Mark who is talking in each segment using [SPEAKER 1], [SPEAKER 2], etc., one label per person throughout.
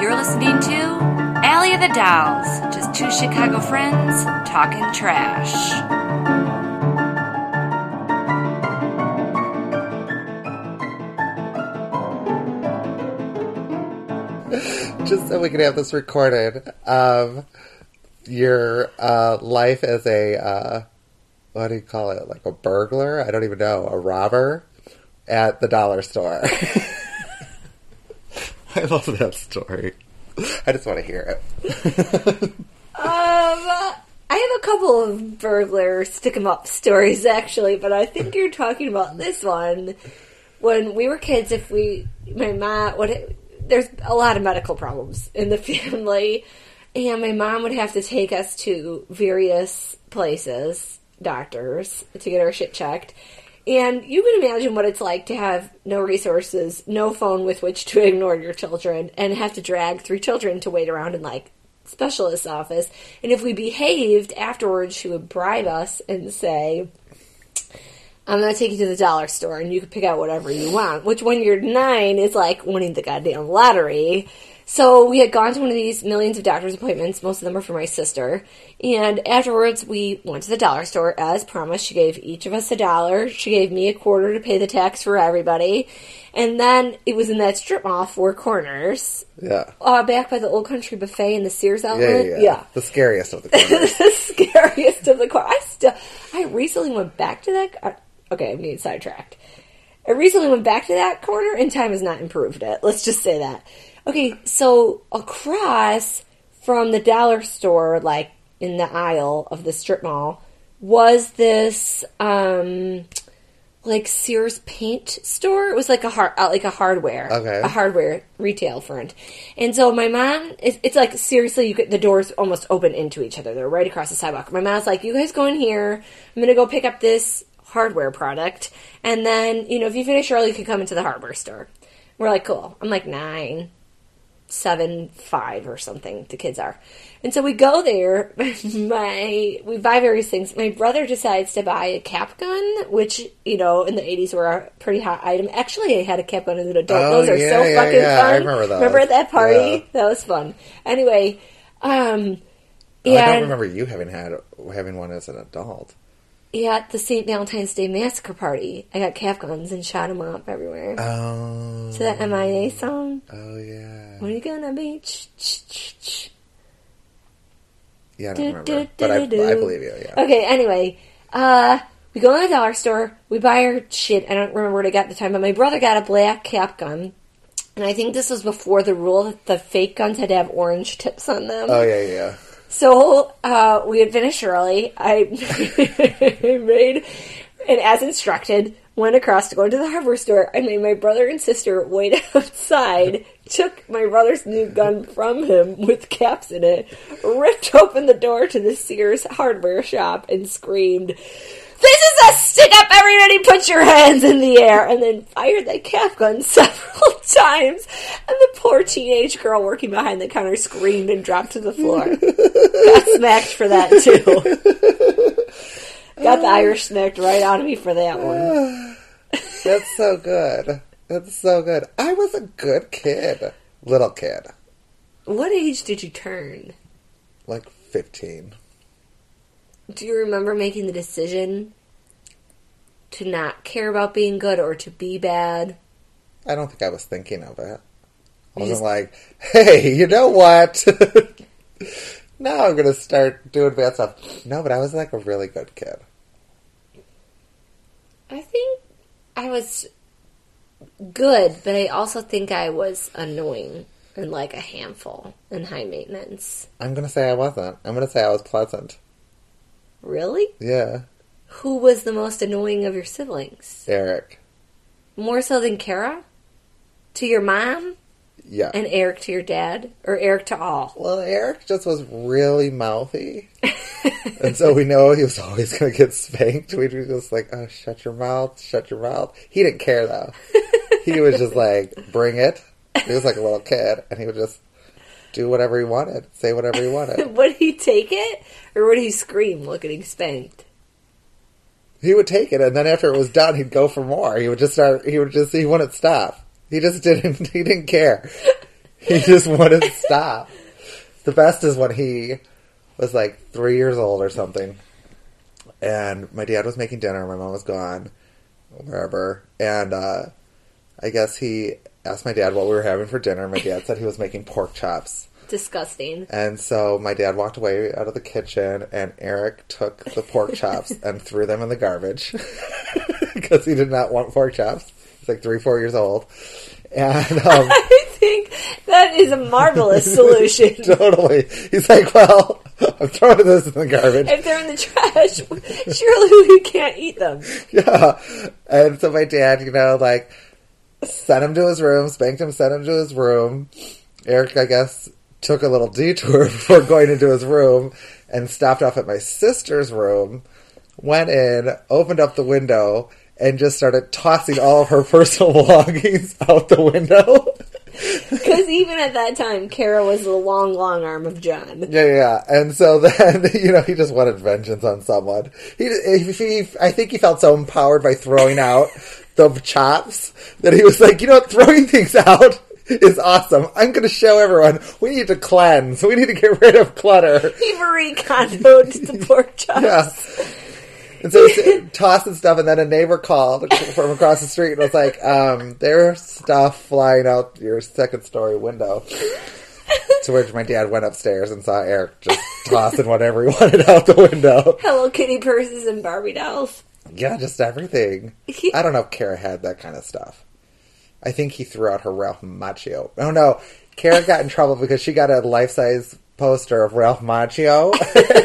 [SPEAKER 1] listening to Alley of the Dolls, just two Chicago friends talking trash.
[SPEAKER 2] just so we can have this recorded of your uh, life as a uh, what do you call it like a burglar i don't even know a robber at the dollar store i love that story i just want to hear it
[SPEAKER 3] Um, I have a couple of burglar stick 'em up stories actually, but I think you're talking about this one. When we were kids, if we, my mom, what, there's a lot of medical problems in the family, and my mom would have to take us to various places, doctors, to get our shit checked. And you can imagine what it's like to have no resources, no phone with which to ignore your children, and have to drag three children to wait around in like specialist's office. And if we behaved afterwards, she would bribe us and say, I'm going to take you to the dollar store and you can pick out whatever you want. Which, when you're nine, is like winning the goddamn lottery. So, we had gone to one of these millions of doctor's appointments. Most of them were for my sister. And afterwards, we went to the dollar store as promised. She gave each of us a dollar. She gave me a quarter to pay the tax for everybody. And then it was in that strip mall, Four Corners,
[SPEAKER 2] yeah
[SPEAKER 3] uh, back by the Old Country Buffet in the Sears
[SPEAKER 2] yeah, yeah,
[SPEAKER 3] outlet.
[SPEAKER 2] yeah. the scariest of the corners.
[SPEAKER 3] the scariest of the car. I still, I recently went back to that. uh, Okay, I'm getting sidetracked. I recently went back to that corner, and time has not improved it. Let's just say that. Okay, so across from the dollar store, like in the aisle of the strip mall, was this um like Sears paint store. It was like a hard, uh, like a hardware,
[SPEAKER 2] Okay.
[SPEAKER 3] a hardware retail front. And so my mom, it's, it's like seriously, you could, the doors almost open into each other. They're right across the sidewalk. My mom's like, "You guys go in here. I'm gonna go pick up this hardware product, and then you know if you finish early, you can come into the hardware store." We're like, "Cool." I'm like nine seven five or something the kids are and so we go there my we buy various things my brother decides to buy a cap gun which you know in the 80s were a pretty hot item actually i had a cap gun as an adult
[SPEAKER 2] Oh,
[SPEAKER 3] those are
[SPEAKER 2] yeah,
[SPEAKER 3] so
[SPEAKER 2] yeah,
[SPEAKER 3] fucking
[SPEAKER 2] yeah, I
[SPEAKER 3] fun
[SPEAKER 2] remember those.
[SPEAKER 3] remember at that party
[SPEAKER 2] Yeah.
[SPEAKER 3] that was fun anyway um
[SPEAKER 2] i
[SPEAKER 3] yeah
[SPEAKER 2] don't remember you having had having one as an adult
[SPEAKER 3] yeah at the st valentine's day massacre party i got cap guns and shot them up everywhere
[SPEAKER 2] oh
[SPEAKER 3] to that mia song
[SPEAKER 2] oh yeah
[SPEAKER 3] when you gonna be Ch- ch- ch- ch-
[SPEAKER 2] yeah i
[SPEAKER 3] Do,
[SPEAKER 2] don't remember
[SPEAKER 3] do,
[SPEAKER 2] but I, I
[SPEAKER 3] do, do.
[SPEAKER 2] believe you yeah
[SPEAKER 3] Okay, anyway, uh, we go in the dollar store, we buy our shit. I don't remember what I got at the time, but my brother got a black cap gun. And I think this was before the rule that the fake guns had to have orange tips on them.
[SPEAKER 2] oh yeah yeah
[SPEAKER 3] So uh, we had finished early. I made, and as instructed, went across to go into the hardware store. I made my brother and sister wait outside, took my brother's new gun from him with caps in it, ripped open the door to the Sears hardware shop, and screamed. This is a stick up, everybody! Put your hands in the air! And then fired that cap gun several times. And the poor teenage girl working behind the counter screamed and dropped to the floor. Got smacked for that, too. Got the Irish smacked right out of me for that one.
[SPEAKER 2] That's so good. That's so good. I was a good kid. Little kid.
[SPEAKER 3] What age did you turn?
[SPEAKER 2] Like 15.
[SPEAKER 3] Do you remember making the decision to not care about being good or to be bad?
[SPEAKER 2] I don't think I was thinking of it. I
[SPEAKER 3] You
[SPEAKER 2] wasn't
[SPEAKER 3] just-
[SPEAKER 2] like, hey, you know what? now I'm going to start doing bad stuff. No, but I was like a really good kid.
[SPEAKER 3] I think I was good, but I also think I was annoying and like a handful and high maintenance.
[SPEAKER 2] I'm going to say I wasn't. I'm going to say I was pleasant.
[SPEAKER 3] Really?
[SPEAKER 2] Yeah.
[SPEAKER 3] Who was the most annoying of your siblings?
[SPEAKER 2] Eric.
[SPEAKER 3] More so than Kara? To your mom
[SPEAKER 2] Yeah.
[SPEAKER 3] and Eric to your dad? Or Eric to all?
[SPEAKER 2] well, Eric just was really mouthy. and so we know he was always going to get spanked. We'd be just like, oh, shut your mouth, shut your mouth. He didn't care though. he was just like, bring it. He was like a little kid, and he would just do whatever he wanted, say whatever he wanted.
[SPEAKER 3] would he take it? Or would he scream, look getting spanked?
[SPEAKER 2] he would take it, and then after it was done, he'd go for more. He would just start. He would just. He wouldn't stop. He just didn't. He didn't care. He just wouldn't stop. The best is when he was like three years old or something. And my dad was making dinner, my mom was gone, wherever. And uh, I guess he asked my dad what we were having for dinner. My dad said he was making pork chops.
[SPEAKER 3] Disgusting.
[SPEAKER 2] And so my dad walked away out of the kitchen, and Eric took the pork chops and threw them in the garbage because he did not want pork chops. He's like three, four years old. And um,
[SPEAKER 3] I think that is a marvelous solution.
[SPEAKER 2] totally. He's like, well, I'm throwing this in the garbage.
[SPEAKER 3] if they're in the trash, surely we can't eat them.
[SPEAKER 2] Yeah. And so my dad, you know, like, sent him to his room, spanked him, sent him to his room. Eric, I guess, took a little detour before going into his room and stopped off at my sister's room, went in, opened up the window, and just started tossing all of her personal belongings out the window.
[SPEAKER 3] Because even at that time, Kara was the long, long arm of John.
[SPEAKER 2] Yeah, yeah. And so then, you know, he just wanted vengeance on someone. He, if he, I think he felt so empowered by throwing out the chops that he was like, you know what, throwing things out is awesome. I'm going to show everyone we need to cleanse. We need to get rid of clutter.
[SPEAKER 3] He Marie Kondoed the pork chops.
[SPEAKER 2] Yeah. And so he's tossing stuff, and then a neighbor called from across the street and was like, um, there's stuff flying out your second story window. To which my dad went upstairs and saw Eric just tossing whatever he wanted out the window.
[SPEAKER 3] Hello Kitty purses and Barbie dolls.
[SPEAKER 2] Yeah, just everything.
[SPEAKER 3] He-
[SPEAKER 2] I don't know if Kara had that kind of stuff. I think he threw out her Ralph Macchio. Oh no, Kara got in trouble because she got a life size poster of Ralph Macchio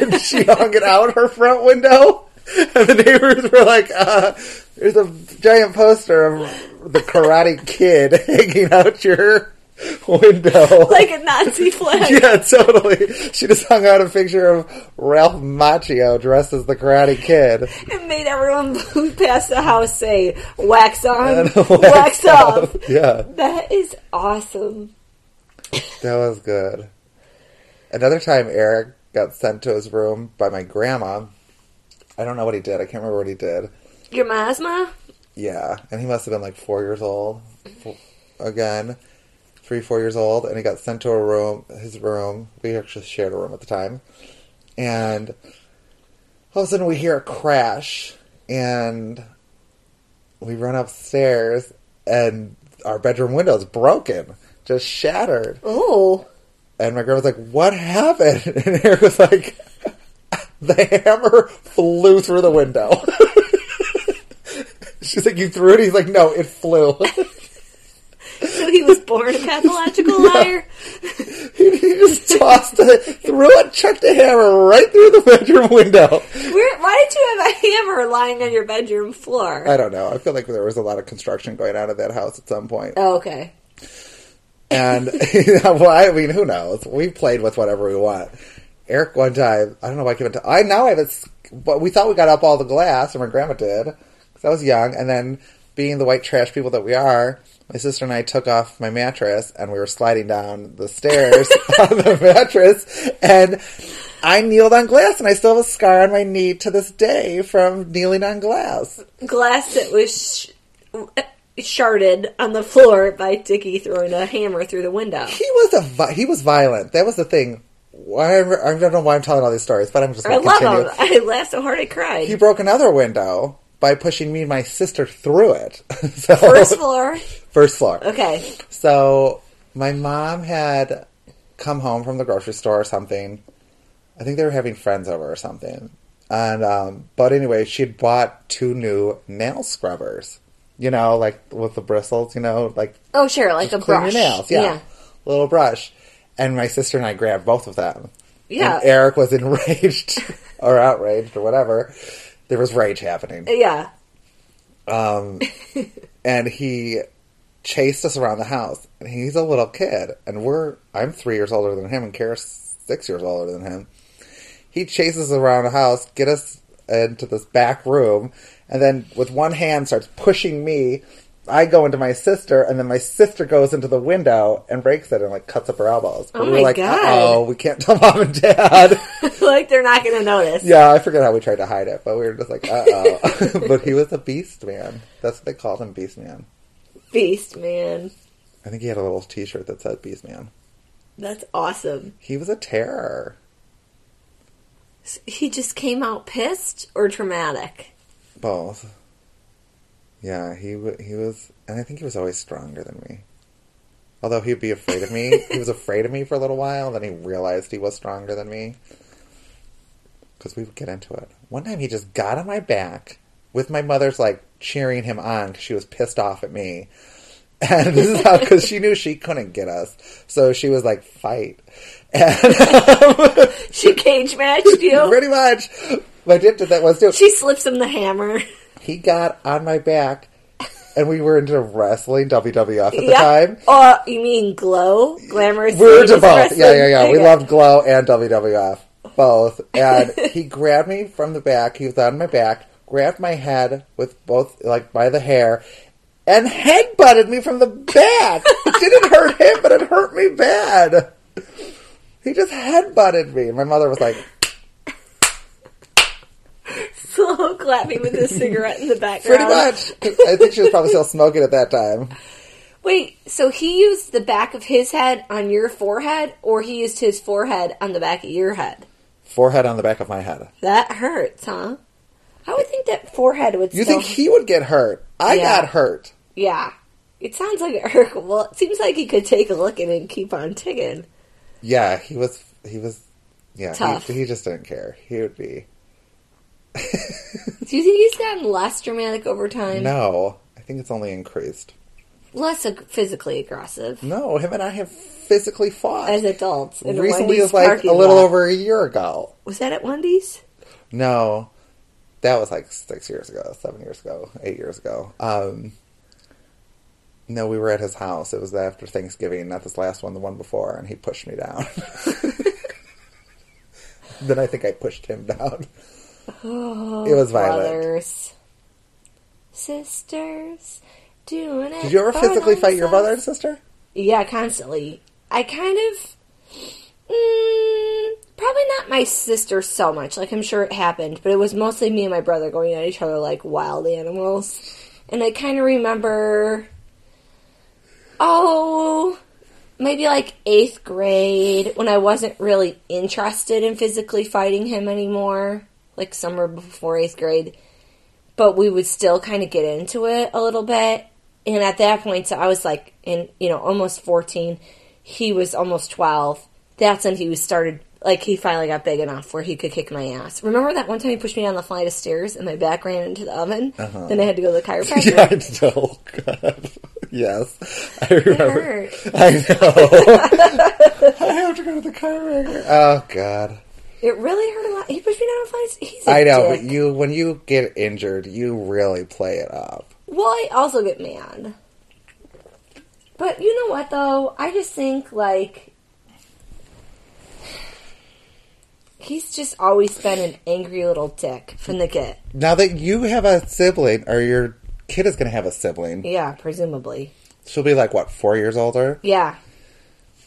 [SPEAKER 2] and she hung it out her front window. And the neighbors were like, uh, there's a giant poster of the Karate Kid hanging out your window.
[SPEAKER 3] Like a Nazi flag.
[SPEAKER 2] yeah, totally. She just hung out a picture of Ralph Macchio dressed as the Karate Kid.
[SPEAKER 3] It made everyone who passed the house say, wax on,
[SPEAKER 2] And
[SPEAKER 3] wax, off.
[SPEAKER 2] Yeah.
[SPEAKER 3] That is awesome.
[SPEAKER 2] That was good. Another time, Eric got sent to his room by my grandma. I don't know what he did. I can't remember what he did.
[SPEAKER 3] Your masma?
[SPEAKER 2] Yeah, and he must have been like four years old. Four, again, three, four years old, and he got sent to a room, his room. We actually shared a room at the time, and all of a sudden we hear a crash, and we run upstairs, and our bedroom window is broken, just shattered.
[SPEAKER 3] Oh.
[SPEAKER 2] And my girl was like, "What happened?" And Eric was like, "The hammer flew through the window." She's like, "You threw it?" He's like, "No, it flew."
[SPEAKER 3] So he was born a pathological liar?
[SPEAKER 2] he just tossed it, threw it, chucked the hammer right through the bedroom window.
[SPEAKER 3] Where, why did you have a hammer lying on your bedroom floor?
[SPEAKER 2] I don't know. I feel like there was a lot of construction going on at that house at some point.
[SPEAKER 3] oh, okay.
[SPEAKER 2] And well, I mean, who knows? We played with whatever we want. Eric, one time, I don't know why I came into. I now have a. s- But we thought we got up all the glass, or my grandma did, because I was young. And then, being the white trash people that we are, my sister and I took off my mattress, and we were sliding down the stairs on the mattress, and I kneeled on glass, and I still have a scar on my knee to this day from kneeling on glass.
[SPEAKER 3] Glass that was sh- uh, sharded on the floor by Dickie throwing a hammer through the window.
[SPEAKER 2] He was a vi- he was violent. That was the thing. Why I don't know why I'm telling all these stories, but I'm just.
[SPEAKER 3] I
[SPEAKER 2] Gonna
[SPEAKER 3] love
[SPEAKER 2] continue.
[SPEAKER 3] him. I laughed so hard I cried.
[SPEAKER 2] he broke another window by pushing me and my sister through it. so,
[SPEAKER 3] First floor.
[SPEAKER 2] first floor.
[SPEAKER 3] Okay.
[SPEAKER 2] So my mom had come home from the grocery store or something. I think they were having friends over or something. And um, but anyway, she had bought two new nail scrubbers. You know, like with the bristles. You know, like
[SPEAKER 3] Oh, sure, like a
[SPEAKER 2] clean
[SPEAKER 3] brush.
[SPEAKER 2] your nails. Yeah. little brush. And my sister and I grabbed both of them.
[SPEAKER 3] Yeah.
[SPEAKER 2] And Eric was enraged or outraged or whatever. There was rage happening.
[SPEAKER 3] Yeah. Yeah.
[SPEAKER 2] and he chased us around the house. And he's a little kid, and we're I'm three years older than him, and Kara's six years older than him. He chases us around the house, get us into this back room, and then with one hand starts pushing me. I go into my sister, and then my sister goes into the window and breaks it and like cuts up her elbows. But
[SPEAKER 3] Oh
[SPEAKER 2] we were
[SPEAKER 3] my
[SPEAKER 2] like,
[SPEAKER 3] God.
[SPEAKER 2] oh, we can't tell mom and dad.
[SPEAKER 3] like they're not going to notice.
[SPEAKER 2] yeah, I forget how we tried to hide it, but we were just like, uh oh. but he was a beast man. That's what they called him, beast man.
[SPEAKER 3] Beast, man.
[SPEAKER 2] I think he had a little T-shirt that said "Beast Man."
[SPEAKER 3] That's awesome.
[SPEAKER 2] He was a terror.
[SPEAKER 3] S- He just came out pissed or traumatic.
[SPEAKER 2] Both. Yeah, he wa he was, and I think he was always stronger than me. Although he'd be afraid of me, he was afraid of me for a little while. Then he realized he was stronger than me. Because we would get into it. One time, he just got on my back with my mother's like cheering him on because she was pissed off at me. And this is how because she knew she couldn't get us, so she was like, "Fight!"
[SPEAKER 3] She cage matched you.
[SPEAKER 2] Pretty much, my dad did that once too.
[SPEAKER 3] She slips him the hammer.
[SPEAKER 2] he got on my back and we were into wrestling WWF at the
[SPEAKER 3] yeah.
[SPEAKER 2] time.
[SPEAKER 3] Oh, you mean glow? Glamorous.
[SPEAKER 2] We were into
[SPEAKER 3] ladies
[SPEAKER 2] both. Yeah,
[SPEAKER 3] wrestling?
[SPEAKER 2] yeah, yeah. We
[SPEAKER 3] Okay.
[SPEAKER 2] loved Glow and WWF. Both. And he grabbed me from the back. He was on my back, grabbed my head with both, like, by the hair, and headbutted me from the back. it didn't hurt him, but it hurt me bad. He just headbutted me. My mother was like,
[SPEAKER 3] slow Oh, clapping with a cigarette in the background.
[SPEAKER 2] pretty much. I think she was probably still smoking at that time.
[SPEAKER 3] Wait, so he used the back of his head on your forehead, or he used his forehead on the back of your head?
[SPEAKER 2] Forehead on the back of my head.
[SPEAKER 3] That hurts, huh? I would think that forehead would.
[SPEAKER 2] You
[SPEAKER 3] still,
[SPEAKER 2] think he would get hurt? I
[SPEAKER 3] Yeah.
[SPEAKER 2] got hurt.
[SPEAKER 3] Yeah, it sounds like it hurt. Well, it seems like he could take a licking and keep on ticking.
[SPEAKER 2] Yeah, he was. He was. Yeah,
[SPEAKER 3] Tough.
[SPEAKER 2] He, he just didn't care. He would be.
[SPEAKER 3] Do you think he's gotten less dramatic over time?
[SPEAKER 2] No, I think it's only increased.
[SPEAKER 3] Less ag- physically aggressive
[SPEAKER 2] No, him and I have physically fought.
[SPEAKER 3] as adults. In
[SPEAKER 2] Recently,
[SPEAKER 3] a
[SPEAKER 2] is like a little over a year ago.
[SPEAKER 3] Was that at Wendy's?
[SPEAKER 2] No, that was like six years ago, seven years ago, eight years ago. Um, no, we were at his house. It was after Thanksgiving, not this last one, the one before, and he pushed me down. then I think I pushed him down. it
[SPEAKER 3] Oh,
[SPEAKER 2] was violent.
[SPEAKER 3] Brothers, sisters, doing it.
[SPEAKER 2] Did you ever
[SPEAKER 3] for
[SPEAKER 2] physically fight your brother and
[SPEAKER 3] themselves.
[SPEAKER 2] sister?
[SPEAKER 3] Yeah, constantly. I kind of. Mm, probably not my sister so much. Like, I'm sure it happened, but it was mostly me and my brother going at each other like wild animals. And I kind of remember. Oh. Maybe like eighth grade when I wasn't really interested in physically fighting him anymore. Like, summer before eighth grade but we would still kind of get into it a little bit. And at that point, so I was like, in you know, almost fourteen. He was almost twelve. That's when he was started. Like he finally got big enough where he could kick my ass. Remember that one time he pushed me down the flight of stairs and my back ran into the oven. Then I had to go to the chiropractor.
[SPEAKER 2] Uh-huh. Yeah, I know. God. Yes, I remember.
[SPEAKER 3] Hurt.
[SPEAKER 2] I know. I have to go to the chiropractor. Oh God,
[SPEAKER 3] It really hurt a lot. He pushed me down the flight. of stairs. He's a
[SPEAKER 2] I know.
[SPEAKER 3] dick.
[SPEAKER 2] But you, when you get injured, you really play it up.
[SPEAKER 3] Well, I also get mad. But you know what, though? I just think, like, he's just always been an angry little dick from the get.
[SPEAKER 2] Now that you have a sibling, or your kid is going to have a sibling,
[SPEAKER 3] Yeah, presumably.
[SPEAKER 2] she'll be like what four years older.
[SPEAKER 3] Yeah.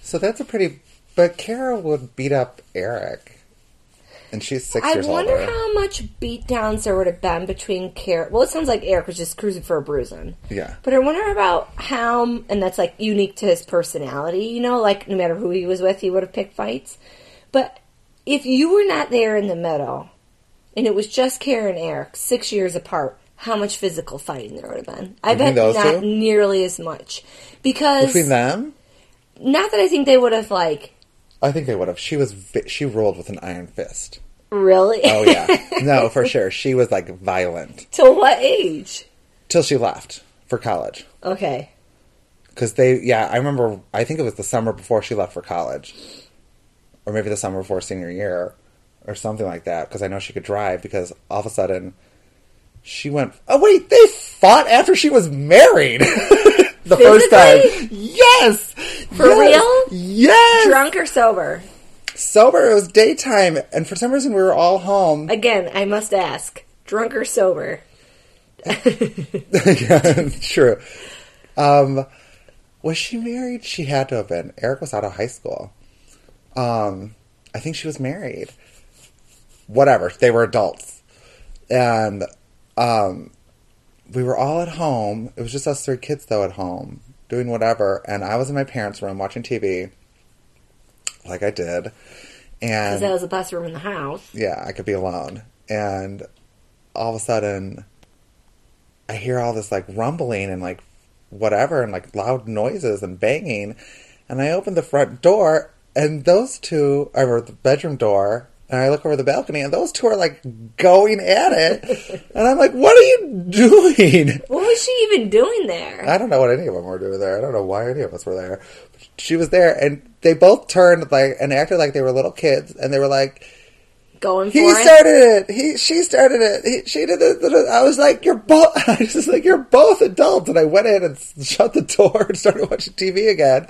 [SPEAKER 2] So that's a pretty. But Kara would beat up Eric, and she's six
[SPEAKER 3] I
[SPEAKER 2] years
[SPEAKER 3] wonder
[SPEAKER 2] older.
[SPEAKER 3] how much beatdowns there would have been between Care. Well, it sounds like Eric was just cruising for a bruising.
[SPEAKER 2] Yeah.
[SPEAKER 3] But I wonder about how, and that's like unique to his personality, you know, like no matter who he was with, he would have picked fights. But if you were not there in the middle, and it was just Care and Eric, six years apart, how much physical fighting there would have been? I
[SPEAKER 2] Between
[SPEAKER 3] bet
[SPEAKER 2] those
[SPEAKER 3] not
[SPEAKER 2] two?
[SPEAKER 3] nearly as much. Because,
[SPEAKER 2] Between them,
[SPEAKER 3] not that I think they would have, like,
[SPEAKER 2] I think they would have. She was. vi- She rolled with an iron fist.
[SPEAKER 3] really?
[SPEAKER 2] Oh yeah, no, for sure. She was like violent
[SPEAKER 3] Till what age?
[SPEAKER 2] till she left for college
[SPEAKER 3] Okay.
[SPEAKER 2] because they. Yeah, I remember. I think it was the summer before she left for college, or maybe the summer before senior year, or something like that. Because I know she could drive. Because all of a sudden, she went. Oh wait, they fought after she was married. the first
[SPEAKER 3] Physically?
[SPEAKER 2] time. Yes. For
[SPEAKER 3] real?
[SPEAKER 2] Yes.
[SPEAKER 3] Drunk or sober?
[SPEAKER 2] Sober. It was daytime, and for some reason we were all home.
[SPEAKER 3] Again, I must ask, drunk or sober?
[SPEAKER 2] yeah, true. Um, was she married? She had to have been. Eric was out of high school. Um, I think she was married. Whatever. They were adults. And um, we were all at home. It was just us three kids, though, at home. doing whatever. And I was in my parents' room watching TV, like I did. And
[SPEAKER 3] Because that was the best room in the house.
[SPEAKER 2] yeah, I could be alone. And all of a sudden, I hear all this like rumbling and like whatever and like loud noises and banging. And I open the front door, and those two, or the bedroom door, and I look over the balcony, and those two are like going at it. and I'm like, what are you doing?
[SPEAKER 3] What was she even doing there?
[SPEAKER 2] I don't know what any of them were doing there. I don't know why any of us were there. She was there, and they both turned like and acted like they were little kids, and they were like,
[SPEAKER 3] Going for
[SPEAKER 2] he
[SPEAKER 3] it?
[SPEAKER 2] started it. He she started it. He, she did it. da- da- da. I was like, you're both. I was just like, you're both adults. And I went in and s- shut the door and started watching TV again.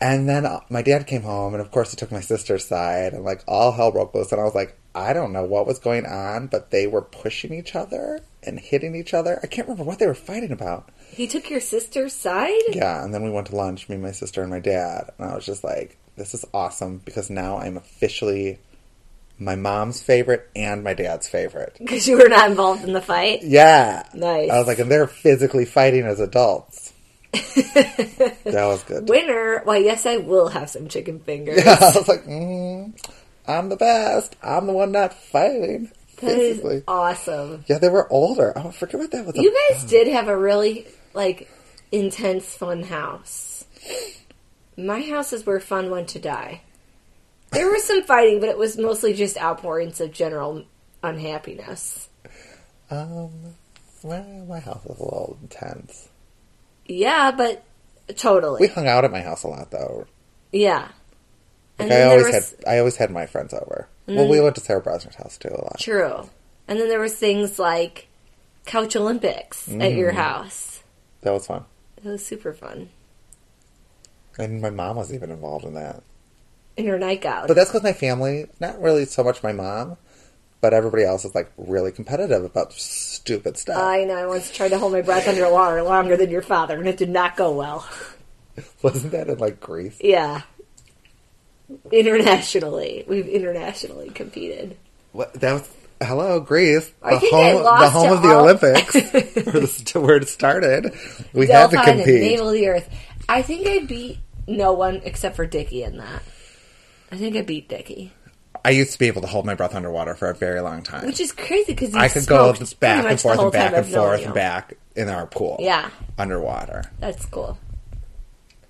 [SPEAKER 2] And then uh, my dad came home, and of course he took my sister's side, and like all hell broke loose. And I was like, I don't know what was going on, but they were pushing each other and hitting each other. I can't remember what they were fighting about.
[SPEAKER 3] He took your sister's side?
[SPEAKER 2] Yeah, and then we went to lunch, me, my sister, and my dad. And I was just like, this is awesome because now I'm officially my mom's favorite and my dad's favorite.
[SPEAKER 3] Because you were not involved in the fight?
[SPEAKER 2] Yeah.
[SPEAKER 3] Nice.
[SPEAKER 2] I was like, and they're physically fighting as adults. that was good.
[SPEAKER 3] Winner, why, yes, I will have some chicken fingers.
[SPEAKER 2] I was like, mm, I'm the best. I'm the one not fighting.
[SPEAKER 3] That is
[SPEAKER 2] Physically.
[SPEAKER 3] awesome.
[SPEAKER 2] Yeah, they were older. Oh, I forget what that was.
[SPEAKER 3] You guys did have a really, like, intense fun house. My house is where fun went to die. There was some fighting, but it was mostly just outpourings of general unhappiness.
[SPEAKER 2] um, well, my house was a little intense.
[SPEAKER 3] Yeah, but
[SPEAKER 2] We
[SPEAKER 3] totally.
[SPEAKER 2] hung out at my house a lot, though.
[SPEAKER 3] Yeah.
[SPEAKER 2] Like,
[SPEAKER 3] And
[SPEAKER 2] I
[SPEAKER 3] then
[SPEAKER 2] always
[SPEAKER 3] there was Mm.
[SPEAKER 2] had I always had my friends over. Well, we went to Sarah Brosner's house too a lot.
[SPEAKER 3] true. And then there was things like couch Olympics at your
[SPEAKER 2] Mm-hmm.
[SPEAKER 3] house.
[SPEAKER 2] That was fun,
[SPEAKER 3] It was super fun.
[SPEAKER 2] and my mom was even involved in that.
[SPEAKER 3] In your nightgown.
[SPEAKER 2] But that's because my family, not really so much my mom, but everybody else is like really competitive about stupid stuff.
[SPEAKER 3] I know. I once tried to hold my breath underwater longer than your father, and it did not go well.
[SPEAKER 2] Wasn't that in like Greece?
[SPEAKER 3] Yeah. Internationally, we've internationally competed.
[SPEAKER 2] What, that was hello Greece,
[SPEAKER 3] I
[SPEAKER 2] the
[SPEAKER 3] think I
[SPEAKER 2] home, the
[SPEAKER 3] lost
[SPEAKER 2] home
[SPEAKER 3] to
[SPEAKER 2] of the
[SPEAKER 3] all-
[SPEAKER 2] Olympics, where, this, to where it started. We had to
[SPEAKER 3] Delphi and
[SPEAKER 2] compete.
[SPEAKER 3] Navel of the Earth. I think I beat no one except for Dickie in that. I think I beat Dickie,
[SPEAKER 2] I used to be able to hold my breath underwater for a very long time.
[SPEAKER 3] which is crazy because
[SPEAKER 2] I could go back and forth and back and forth and back in our pool.
[SPEAKER 3] Yeah.
[SPEAKER 2] underwater.
[SPEAKER 3] That's cool.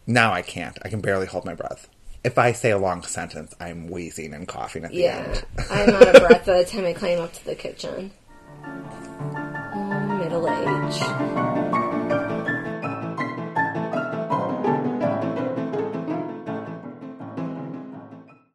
[SPEAKER 2] Now I can't. I can barely hold my breath. If I say a long sentence, I'm wheezing and coughing at the
[SPEAKER 3] Yeah,
[SPEAKER 2] end.
[SPEAKER 3] I'm out of breath by the time I climb up to the kitchen. Oh, Middle age.